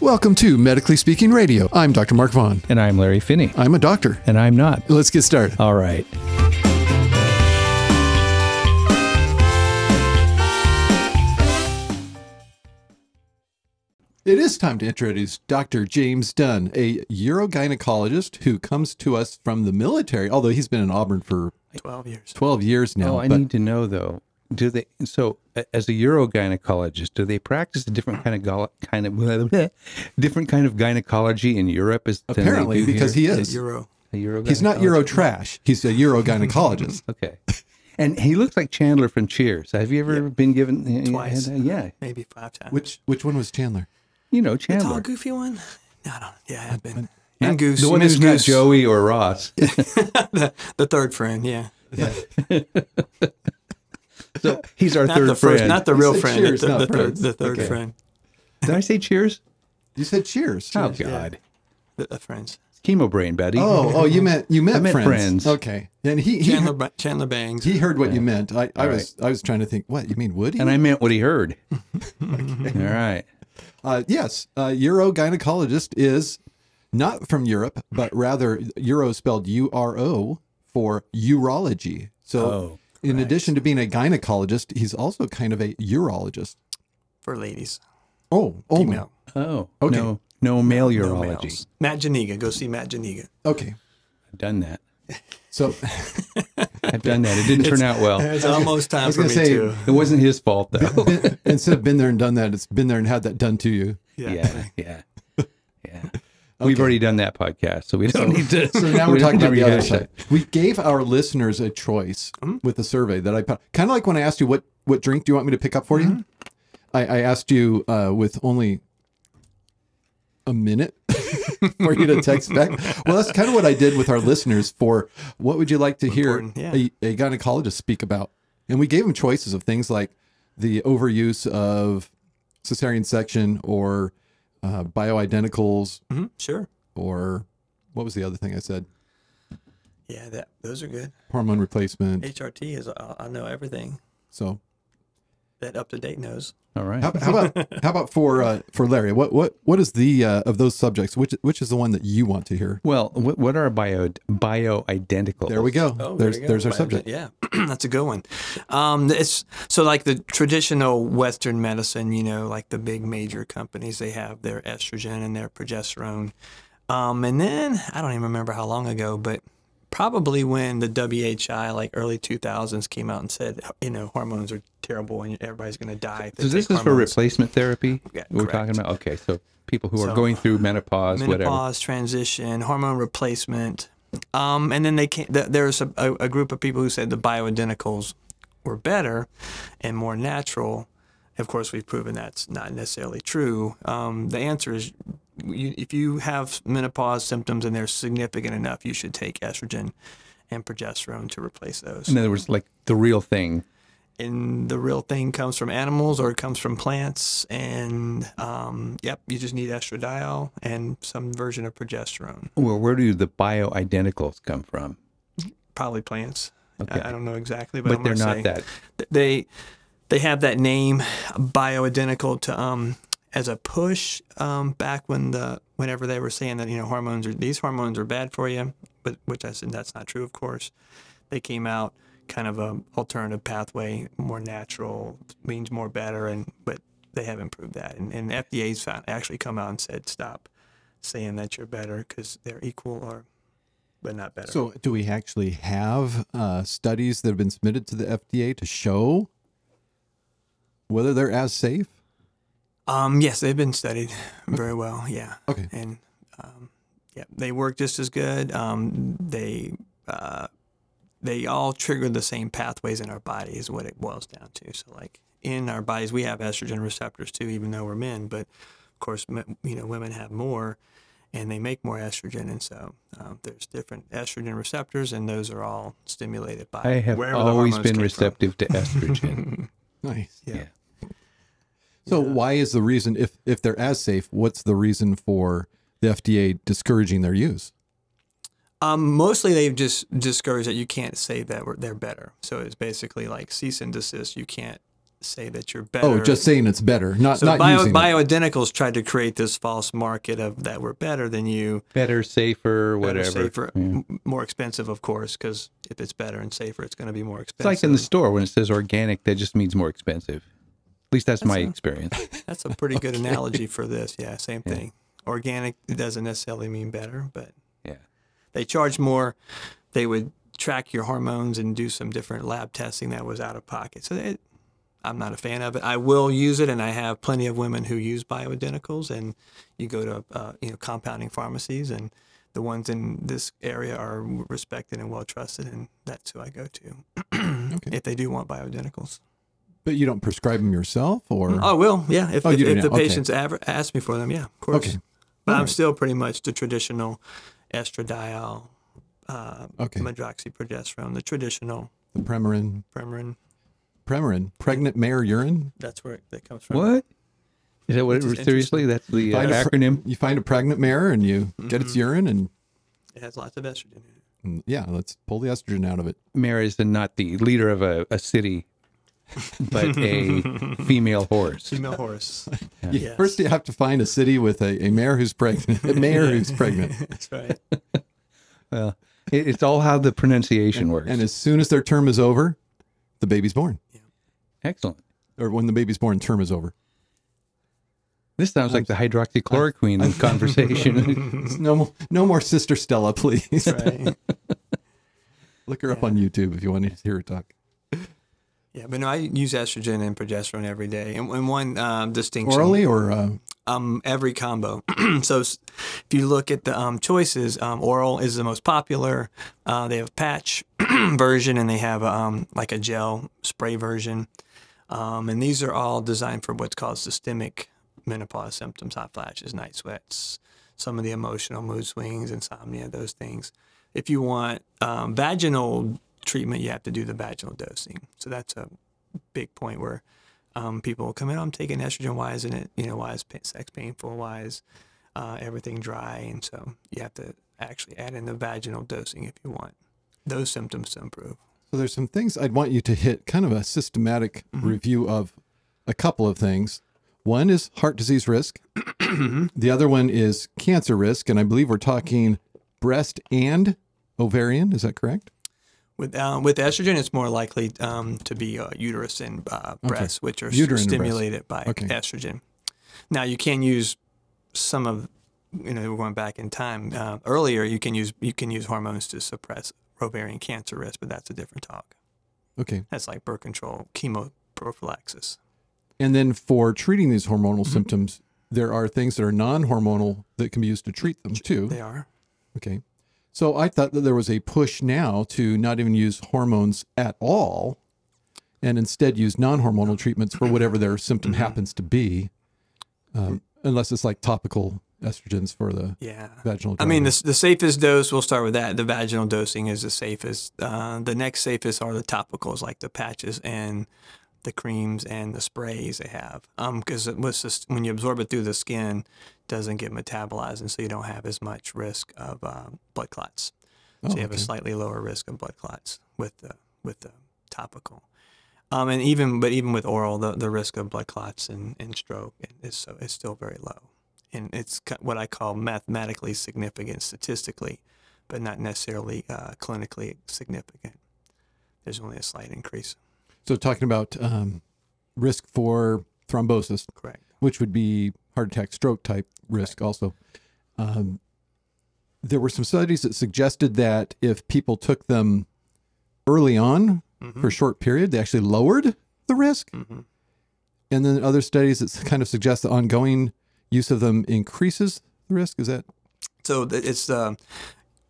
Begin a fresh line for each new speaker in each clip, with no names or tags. Welcome to Medically Speaking Radio. I'm Dr. Mark Vaughn.
And I'm Larry Finney.
I'm a doctor.
And I'm not.
Let's get started.
All right.
It is time to introduce Dr. James Dunn, a urogynecologist who comes to us from the military, although he's been in Auburn for
12 years.
12 years now.
Oh, I
but
need to know though. Do they so a- as a urogynecologist, do they practice a different kind of gol kind of different kind of gynecology in Europe? Is than they
apparently,
do
because
here?
he is.
Euro.
A urogynecologist?
He's not Euro trash. He's a Eurogynecologist.
Okay, and he looks like Chandler from Cheers. Have you ever been given
Twice.
Yeah,
Maybe five times.
which which one was Chandler?
you know
the tall,
Chandler.
goofy one? No, I don't. Yeah, I have been. And Goose.
The one
Miss
who's not
Goose.
Joey or Ross.
the, the third friend, yeah.
So he's our
Not
third
the
friend.
first, not the real
said
friend.
cheers,
the,
not
the third,
friends.
the third
Okay.
friend.
Did I say Cheers?
You said Cheers.
Oh
Cheers.
God,
The, the friends.
it's chemo brain, buddy.
Oh, oh, you meant you meant,
meant friends.
friends. Okay. And he he,
Chandler, Ba- Chandler Bangs.
he heard what you meant. I, I was I was trying to think. What you mean, Woody?
and I meant what he heard. All right.
Uh, yes, uh, Eurogynecologist is not from Europe, but rather Euro spelled U R O for urology. So,
Oh,
in addition to being a gynecologist, he's also kind of a urologist.
for ladies.
Oh, oh,
Female.
Oh,
Okay.
no, no male
No
urology.
males. Matt Janiga. Go see Matt Janiga.
okay.
I've done that.
So,
I've done that. It didn't turn out well.
It's almost
I
time
was
for me,
gonna say-
too.
It wasn't his fault though.
been, instead of been there and done that, it's been there and had that done to you.
Yeah.
yeah, yeah, yeah. We've already done that podcast, so we don't need to.
So now we're
we don't
talking
need to
about the other
rehash
side. We gave our listeners a choice
Hmm?
with the survey that I put. Kind of like when I asked you what what drink do you want me to pick up for
Mm-hmm.
you. I, I asked you uh, with only a minute for you to text back. Well, that's kind of what I did with our listeners for what would you like to hear
Important, yeah.
a, a gynecologist speak about, and we gave them choices of things like the overuse of cesarean section or uh, bioidenticals
Mhm, Sure.
or what was the other thing I said?
Yeah, that those are good.
hormone replacement.
HRT is, I, I know everything
So
that up to date knows.
that. All right.
how, how about how about for uh, for Larry? What what what is the uh, of those subjects? Which which is the one that you want to hear?
Well, what, what are bio bio identical?
There we go.
Oh, there
there's
you go.
there's our
Right,
subject.
Yeah, that's a good one. Um, it's so like the traditional Western medicine, you know, like the big major companies, they have their estrogen and their progesterone. Um, and then I don't even remember how long ago, but probably when the WHI, like early 2000s, came out and said, you know, hormones are terrible and everybody's going to die. if they
So this
take
is for
hormones.
replacement therapy.
Yeah,
we're
correct.
talking about. Okay, so people who are
So,
going through menopause, whatever.
menopause transition, hormone replacement, um, and then they came, th- there's a, a, a group of people who said the bioidenticals were better and more natural. Of course, we've proven that's not necessarily true. Um, the answer is, you, if you have menopause symptoms and they're significant enough, you should take estrogen and progesterone to replace those.
In other words, like the real thing.
And the real thing comes from animals or it comes from plants. And um, yep, you just need estradiol and some version of progesterone.
Well, where do the bio identicals come from?
probably plants.
Okay.
I, I don't know exactly, but,
But
I'm
they're
gonna
not
say
that.
th- They they have that name bioidentical to um as a push um back when the whenever they were saying that you know hormones are these hormones are bad for you, but which I said that's not true, of course. They came out kind of a alternative pathway, more natural means more better, and but they haven't proved that. And, and FDA's found, actually come out and said stop saying that you're better because they're equal or but not better.
So do we actually have uh, studies that have been submitted to the FDA to show whether they're as safe?
Um, yes, they've been studied very well. Yeah.
Okay.
And um, yeah, they work just as good. Um, they uh, they all trigger the same pathways in our body is what it boils down to. So like in our bodies, we have estrogen receptors too, even though we're men. But of course, m- you know, women have more, and they make more estrogen, and so um, there's different estrogen receptors, and those are all stimulated by.
I have
wherever the
always
hormones
been
came from.
receptive to estrogen.
Nice.
Yeah.
Yeah.
So why is the reason if if they're as safe? What's the reason for the FDA discouraging their use?
Um, mostly they've just discouraged that you can't say that we're- they're better. So it's basically like cease and desist. You can't say that you're better.
Oh, just saying it's better, not
so
not
bio,
using it.
bioidenticals tried to create this false market of that we're better than you,
better, safer,
better,
whatever.
safer,
Yeah.
m- more expensive, of course, because if it's better and safer, it's going to be more
It's
expensive.
like in the store when it says organic, that just means more expensive. At least that's, my experience.
That's a pretty good analogy for this. Yeah, same thing. Organic doesn't necessarily mean better, but
Yeah.
they charge more. They would track your hormones and do some different lab testing that was out of pocket. So it, I'm not a fan of it. I will use it, and I have plenty of women who use bioidenticals. And you go to uh, you know compounding pharmacies, and the ones in this area are respected and well trusted, and that's who I go to if they do want bioidenticals.
But you don't prescribe them yourself, or
I will, yeah. If,
Oh,
if,
you do
if the
now, okay.
patients aver- ask me for them, yeah, of course.
Okay.
But I'm
Alright.
still pretty much the traditional estradiol, uh,
Okay.
medroxyprogesterone, the traditional
the Premarin,
Premarin.
Premarin, pregnant mare urine.
That's where it, that comes from.
What? Is that what it
Which is
was? Seriously? That's the uh,
Find a pre-
acronym?
You find a pregnant mare and you get
Mm-hmm.
its urine, and,
It has lots of estrogen in it.
and yeah, let's pull the estrogen out of it.
Mary is the- not the leader of a, a city, but a female horse.
Female horse.
You-
Yes.
First, you have to find a city with a, a mayor who's pregnant. A mayor who's pregnant.
That's right.
Well, it, it's all how the pronunciation works.
And as soon as their term is over, the baby's born.
Excellent.
Or when the baby's born, term is over.
This sounds like the hydroxychloroquine conversation.
No, mo- no more Sister Stella, please.
That's right.
Look her up on YouTube if you want to hear her talk.
Yeah, but no, I use estrogen and progesterone every day. And, and one um, distinction.
Orally or uh,
um, every combo. so s- if you look at the um, choices, um, oral is the most popular. Uh, they have patch version and they have um, like a gel spray version. Um, and these are all designed for what's called systemic menopause symptoms, hot flashes, night sweats, some of the emotional mood swings, insomnia, those things. If you want um, vaginal treatment, you have to do the vaginal dosing. So that's a big point where um, people come in. I'm taking estrogen. Why isn't it? You know, why is pa- sex painful? Why is uh, everything dry? And so you have to actually add in the vaginal dosing if you want those symptoms to improve.
So there's some things I'd want you to hit kind of a systematic review of a couple of things. One is heart disease risk. the other one is cancer risk, and I believe we're talking breast and ovarian. Is that correct?
With uh, with estrogen, it's more likely um, to be uh, uterus and uh, breasts, which are s-
Uterine and breast.
stimulated by
Okay.
estrogen. Now you can use some of you know we're going back in time uh, earlier. You can use you can use hormones to suppress ovarian cancer risk, but that's a different talk.
Okay.
That's like birth control, chemoprophylaxis.
And then for treating these hormonal symptoms, there are things that are non-hormonal that can be used to treat them too.
They are.
Okay. So I thought that there was a push now to not even use hormones at all and instead use non hormonal treatments for whatever their symptom
Mm-hmm.
happens to be, um, unless it's like topical estrogens for the
Yeah.
vaginal.
I mean,
dryness.
the, the safest dose, we'll start with that. The vaginal dosing is the safest. Uh, the next safest are the topicals, like the patches and the creams and the sprays they have. Because it was just, when you absorb it through the skin, it doesn't get metabolized, and so you don't have as much risk of uh, blood clots. So
Oh,
you have a
okay.
slightly lower risk of blood clots with the with the topical. Um, and even but even with oral, the, the risk of blood clots and, and stroke is so is still very low, and it's ki- what I call mathematically significant statistically, but not necessarily uh, clinically significant. There's only a slight increase.
so talking about um, risk for thrombosis,
Correct.
which would be heart attack, stroke type risk also. Um, there were some studies that suggested that if people took them early on for a short period, they actually lowered the risk.
Mhm.
And then other studies that s- kind of suggest the ongoing use of them increases the risk. Is that
So th- it's uh,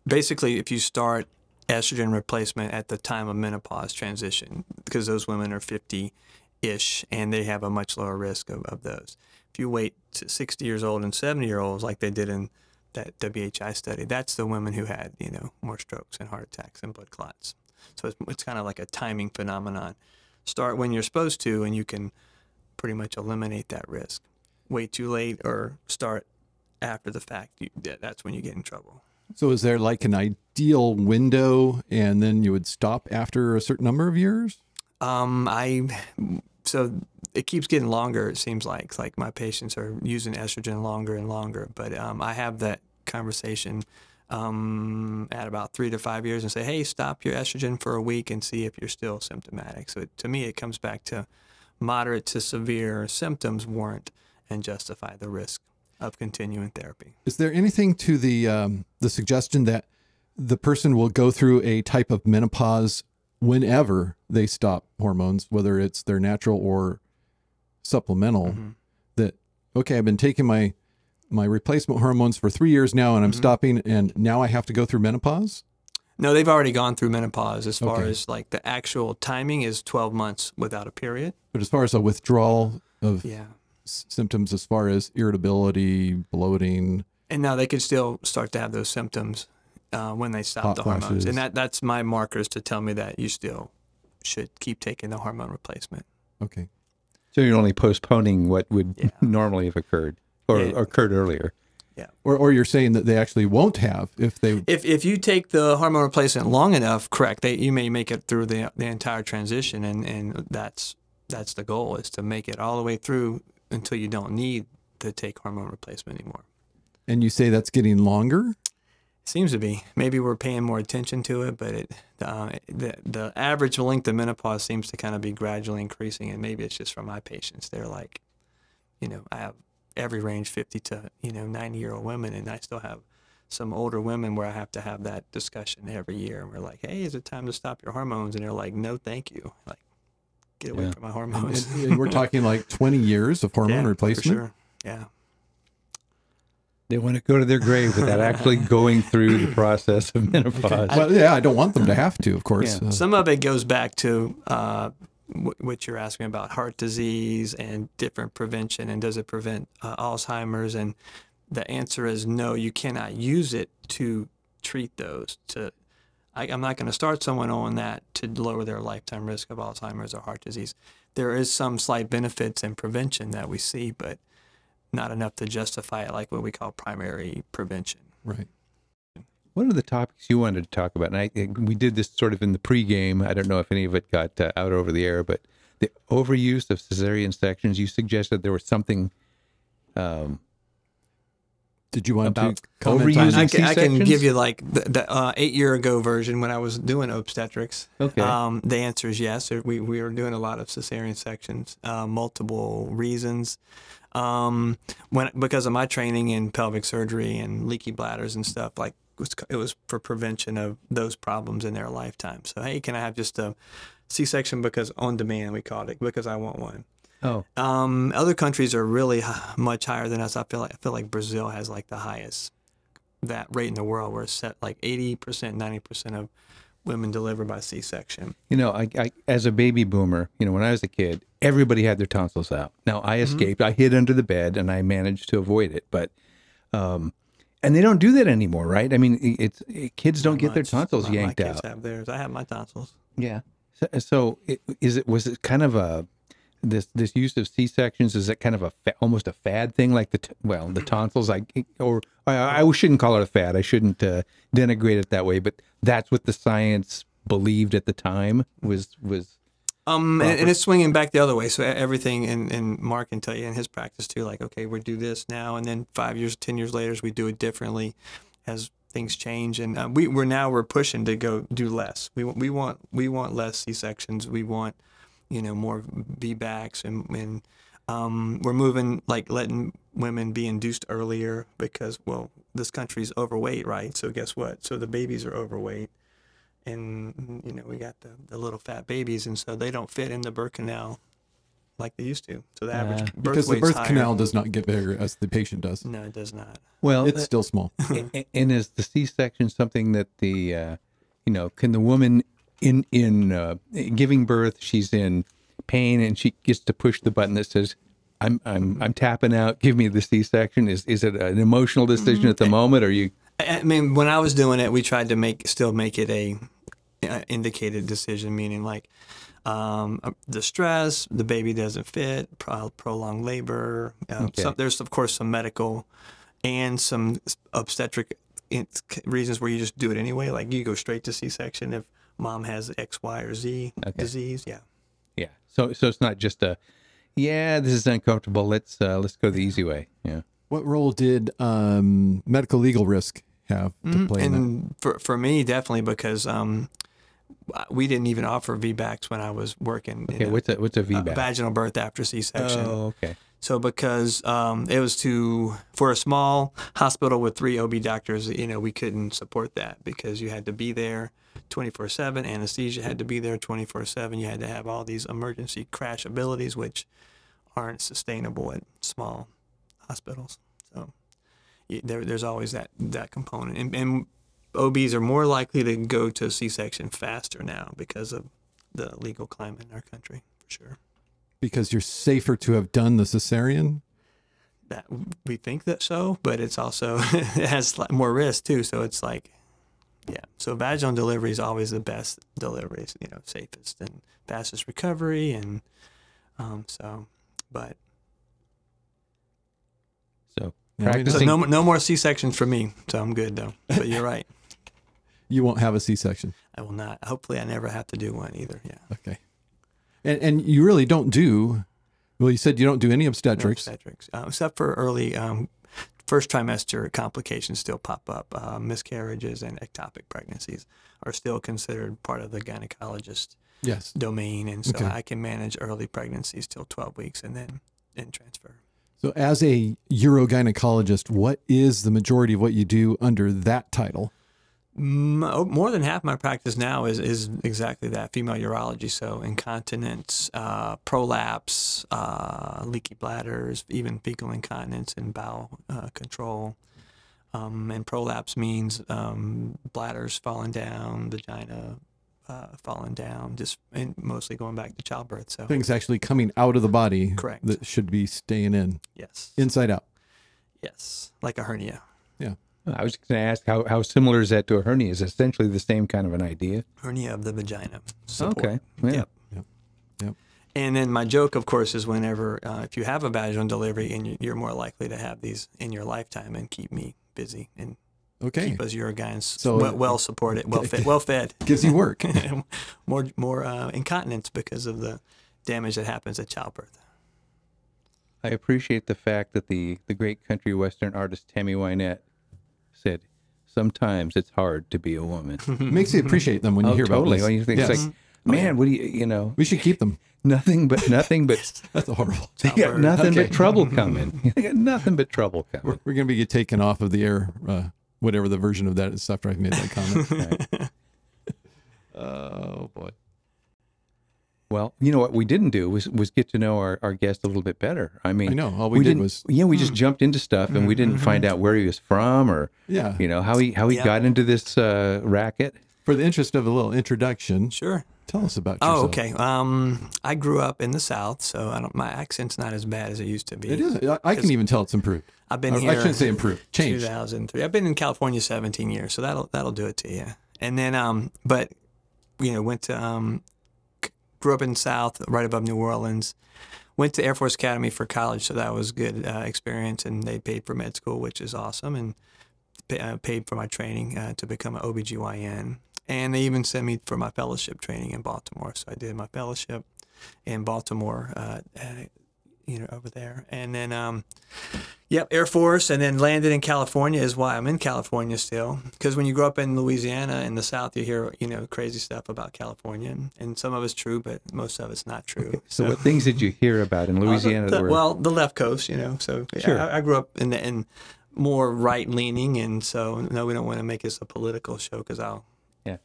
basically if you start estrogen replacement at the time of menopause transition, because those women are 50 ish and they have a much lower risk of, of those. If you wait to 60 years old and 70 year olds, like they did in that WHI study, that's the women who had, you know, more strokes and heart attacks and blood clots. So it's, it's kind of like a timing phenomenon. Start when you're supposed to, and you can pretty much eliminate that risk. Wait too late or start after the fact, you, that- that's when you get in trouble.
so? Is there like an ideal window and then you would stop after a certain number of years?
Um, I so it keeps getting longer. It seems like like my patients are using estrogen longer and longer. But um, I have that conversation um, at about three to five years and say, hey, stop your estrogen for a week and see if you're still symptomatic. So it, to me, it comes back to moderate to severe symptoms warrant and justify the risk of continuing therapy.
Is there anything to the um, the suggestion that the person will go through a type of menopause whenever they stop hormones, whether it's their natural or supplemental? That okay, I've been taking my my replacement hormones for three years now, and I'm stopping, and now I have to go through menopause.
No, they've already gone through menopause as far
Okay.
as like the actual timing is 12 months without a period.
But as far as a withdrawal of
Yeah.
s- symptoms, as far as irritability, bloating,
And now they could still start to have those symptoms uh, when they stop
Hot
the hormones.
flashes.
And that, that's my markers to tell me that you still should keep taking the hormone replacement.
okay,
So you're only postponing what would
Yeah.
normally have occurred or
Yeah.
occurred earlier.
or or you're saying that they actually won't have if they
If, if you take the hormone replacement long enough, correct, they, you may make it through the, the entire transition. And, and that's, that's the goal is to make it all the way through until you don't need to take hormone replacement anymore.
and you say that's getting longer.
Seems to be. Maybe we're paying more attention to it, but it, uh, the the average length of menopause seems to kind of be gradually increasing, and maybe it's just from my patients. They're like, you know, I have every range fifty to you know ninety year old women, and I still have some older women where I have to have that discussion every year, and we're like, hey, is it time to stop your hormones? And they're like, no, thank you. Like, get away
Yeah.
from my
And,
hormones.
and we're talking like 20 years of hormone
Yeah, for
replacement.
sure. Yeah.
They want to go to their grave without actually going through the process of menopause.
Well, yeah, I don't want them to have to, of course.
Yeah.
Uh,
Some of it goes back to uh, wh- what you're asking about heart disease and different prevention, and does it prevent uh, Alzheimer's? And the answer is no, you cannot use it to treat those. To I, I'm not going to start someone on that to lower their lifetime risk of Alzheimer's or heart disease. There is some slight benefits in prevention that we see, but not enough to justify it, like what we call primary prevention.
uh, right.
One of the topics you wanted to talk about, and I, we did this sort of in the pregame. I don't know if any of it got uh, out over the air, but the overuse of cesarean sections. You suggested there was something um,
Did you want
About
to comment on
overusing-
that?
I can, I can
C-sections?
give you like the, the uh, eight year ago version when I was doing obstetrics.
Okay.
Um, the answer is yes. There- We, we were doing a lot of cesarean sections, uh, multiple reasons. Um, when because of my training in pelvic surgery and leaky bladders and stuff, like it was, it was for prevention of those problems in their lifetime. So hey, can I have just a C section because on demand we called it because I want one.
oh,
Um, other countries are really h- much higher than us. I feel like I feel like Brazil has like the highest that rate in the world, where it's set like eighty percent, ninety percent of women deliver by C-section.
you know, I, I as a baby boomer, you know, when I was a kid, everybody had their tonsils out. Now I escaped. I hid under the bed and I managed to avoid it, but. Um, and they don't do that anymore, right? I mean, it- it's it, kids don't get their
Much.
tonsils
My- my
yanked
kids
out.
Have theirs. I have my tonsils.
Yeah. So, uh, so it, is it was it kind of a this this use of C sections is it kind of a fa- almost a fad thing like the t- well the tonsils I or I, I shouldn't call it a fad I shouldn't uh, denigrate it that way but that's what the science believed at the time was was
Um, and, and it's swinging back the other way. So e- everything, and, and Mark can tell you in his practice too, like, okay, we do this now, and then five years, 10 years later, we do it differently as things change. And uh, we, we're now, we're pushing to go do less. We, want- we want, we want less C-sections. We want, you know, more V-backs and, and, um, we're moving, like letting women be induced earlier because, well, this country's overweight, right? So guess what? So the babies are overweight and you know we got the, the little fat babies and so they don't fit in the birth canal like they used to so the average
Ah.
birth
Because the
weight's
birth
higher.
canal does not get bigger as the patient does.
no it does not
well
It's still small.
A- and is the C-section something that the uh, you know can the woman in in uh, giving birth she's in pain and she gets to push the button that says I'm I'm I'm tapping out give me the C-section is is it an emotional decision at the moment or you
I I mean, when I was doing it, we tried to make still make it a, uh indicated decision, meaning like um, uh, the stress, the baby doesn't fit, pro- prolonged labor. Um, so
Okay.
there's of course some medical and some obstetric in- reasons where you just do it anyway. Like you go straight to C-section if mom has X, Y, or Z disease. Yeah.
Yeah. So so it's not just a yeah, this is uncomfortable. Let's uh let's go the easy way. Yeah.
What role did um, medical legal risk have to play in that?
uh,
and for, for me, definitely because um, we didn't even offer VBACs when I was working.
Okay, what's a what's a
uh,
VBAC?
vaginal birth after C-section.
oh, okay.
So because um, it was too for a small hospital with three OB doctors, you know, we couldn't support that because you had to be there 24/7. Anesthesia had to be there 24/7. You had to have all these emergency crash abilities, which aren't sustainable at small hospitals. So y- there, there's always that that component, and, and OBs are more likely to go to C-section faster now because of the legal climate in our country, for sure.
Because you're safer to have done the cesarean.
that we think that so, but it's also it has sli- more risk too. So it's like, yeah. So vaginal delivery is always the best delivery, you know, safest and fastest recovery, and um, so. But
So
Yeah, I mean,
so
practicing
no, no more C sections for me. So I'm good though. But you're right.
You won't have a C-section.
I will not. Hopefully, I never have to do one either. Yeah.
Okay. And and you really don't do. Well, you said you don't do any
No
obstetrics.
obstetrics, uh, except for early um, first trimester complications still pop up. Uh, miscarriages and ectopic pregnancies are still considered part of the gynecologist
Yes.
domain, and so
Okay.
I can manage early pregnancies till 12 weeks and then and transfer.
So, as a urogynecologist, what is the majority of what you do under that title?
Mm, oh, More than half my practice now is is exactly that female urology. So incontinence, uh, prolapse, uh, leaky bladders, even fecal incontinence and bowel uh, control. Um, and prolapse means um, bladders falling down, vagina uh, falling down, just and mostly going back to childbirth. So
Things actually coming out of the body
Correct.
that should be staying in,
yes,
inside out.
yes, like a hernia.
I was gonna ask how, how similar is that to a hernia? Is it essentially the same kind of an idea?
hernia of the vagina. Support.
Okay. Yeah.
Yep.
Yep. Yep.
And then my joke, of course, is whenever uh, if you have a vaginal delivery and you- you're more likely to have these in your lifetime and keep me busy and
Okay.
keep us urogines
So-
well, well supported, well fed, well fed.
Gives you work.
more more uh, incontinence because of the damage that happens at childbirth.
I appreciate the fact that the, the great country western artist Tammy Wynette said, Sometimes it's hard to be a woman.
Makes you appreciate them when you
oh,
hear
totally.
about this.
Well, you think it's
Yes. Oh,
like, man, what do you you know?
we should keep them.
Nothing but nothing but
That's horrible.
they got
Childbirth.
nothing
Okay.
but trouble coming. they got nothing but trouble coming.
We're going to be taken off of the air, uh, whatever the version of that is after I've made that comment. oh, boy.
Well, you know what we didn't do was was get to know our, our guest a little bit better. I mean,
I know. All we did
didn't-
was- Hmm. Mm-hmm.
yeah, we just jumped into stuff and we didn't find out where he was from or
Yeah.
you know how he how he
Yeah.
got into this uh, racket.
For the interest of a little introduction,
Sure.
tell us about yourself.
Oh, okay. Um, I grew up in the South, so I don't, my accent's not as bad as it used to be.
It is. I, I can even tell it's improved.
I've been
I,
here.
I shouldn't say improved. Changed.
2003. I've been in California 17 years, so that'll that'll do it to you. And then, um, but you know, went to um, c- grew up in South, right above New Orleans. Went to Air Force Academy for college, so that was good uh, experience, and they paid for med school, which is awesome, and pa- uh, paid for my training uh, to become an OBGYN. And they even sent me for my fellowship training in Baltimore, so I did my fellowship in Baltimore, uh, at- you know, over there, and then. Um, Yep, Air Force, and then landed in California is why I'm in California still. Because when you grow up in Louisiana in the South, you hear you know crazy stuff about California, and some of it's true, but most of it's not true.
So, what things did you hear about in Louisiana? that
The-
were,
well, the left coast, you know. So yeah,
Sure.
I, I grew up in the, in more right leaning, and so no, we don't want to make this a political show because I'll.
Yeah.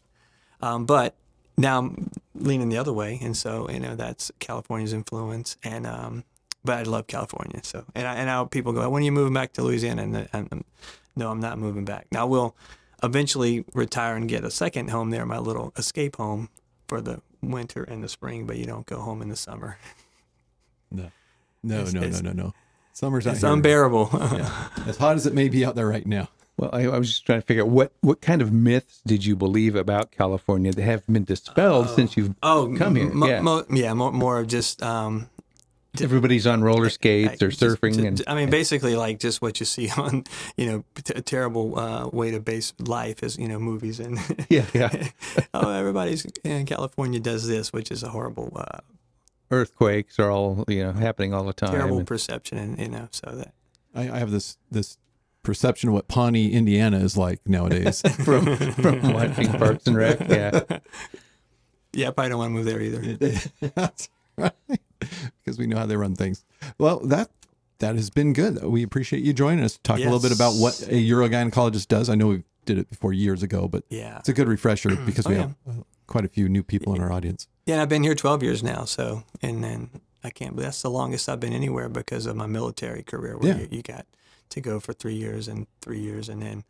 Um, but now I'm leaning the other way, and so you know that's California's influence, and um, but I love California. So and I, and now people go, when are you moving back to Louisiana? And the- and I'm, no, I'm not moving back. Now we'll eventually retire and get a second home there, my little escape home for the winter and the spring. But you don't go home in the summer.
No, no,
It's-
no,
it's-
no, no, no. Summer's not
It's
here.
unbearable.
Yeah. As hot as it may be out there right now.
Well, I, I was just trying to figure out what, what kind of myths did you believe about California that have been dispelled since you've
Oh,
come here?
Mo-
yeah.
mo- yeah, more, more of just um,
Everybody's on roller skates or
just-
surfing,
ju-
and
I mean, basically, like just what you see on, you know, t- a terrible uh, way to base life is, you know, movies and
yeah, yeah.
oh, everybody's in California does this, which is a horrible uh,
earthquakes are all you know happening all the time.
terrible
and-
perception, and you know, so that
I, I have this this perception of what Pawnee, Indiana is like nowadays.
from from watching Parks and Rec. Yeah,
yeah, I probably don't want to move there either.
That's right. Because we know how they run things. Well, that that has been good. We appreciate you joining us. to Talk a little bit about what a urogynecologist does. I know we did it before years ago, but
Yeah,
it's a good refresher because
Oh,
we have uh, quite a few new people in our audience.
yeah. I've been here 12 years now, so and then I can't. believe that's the longest I've been anywhere because of my military career, where
Yeah.
you, you got to go for three years and three years, and then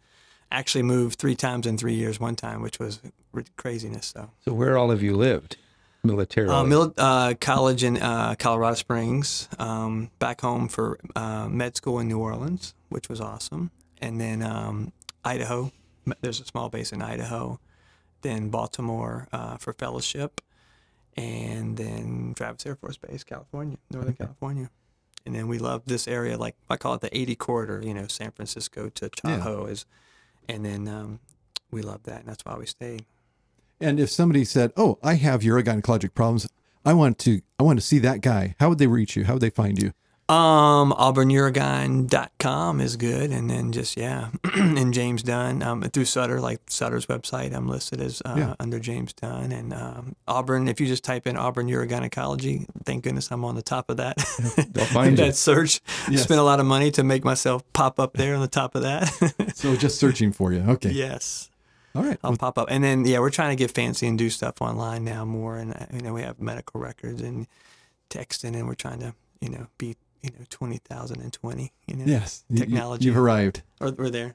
actually moved three times in three years. One time, which was r- craziness. So
So where all of you lived militarily?
Uh, mil- uh, college in uh, Colorado Springs, um, back home for uh, med school in New Orleans, which was awesome. And then um, Idaho, m- there's a small base in Idaho. Then Baltimore uh, for fellowship. And then Travis Air Force Base, California, Northern California. And then we love this area, like I call it the 80 corridor, you know, San Francisco to Tahoe is. And then um, we love that. And that's why we stayed.
And if somebody said, "Oh, I have urogynecologic problems," I want to I want to see that guy. How would they reach you? How would they find you?
Um, auburnuragine.com is good. And then just, yeah. and James Dunn, um, through Sutter, like Sutter's website, I'm listed as uh,
Yeah.
under James Dunn and, um, Auburn. If you just type in Auburn urogynecology, thank goodness I'm on the top of that,
They'll find you.
that search.
Yes.
Spent a lot of money to make myself pop up there on the top of that.
So just searching for you. Okay.
yes.
All right.
I'll pop up. And then yeah, we're trying to get fancy and do stuff online now more. And uh, you know, we have medical records and texting, and we're trying to you know be you know twenty thousand and twenty. You know,
Yes. You- you-
Technology.
You've arrived.
or we're there.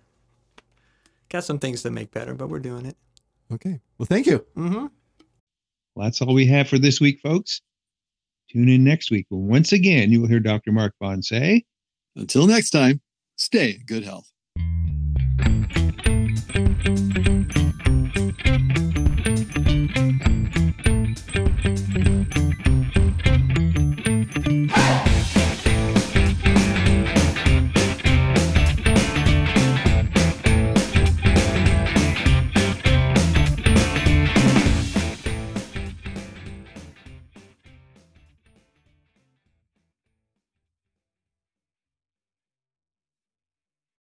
Got some things to make better, but we're doing it.
Okay. Well, thank you.
Mm-hmm.
Well, that's all we have for this week, folks. Tune in next week when once again you will hear Dr. Mark Von say,
Until next time, stay in good health.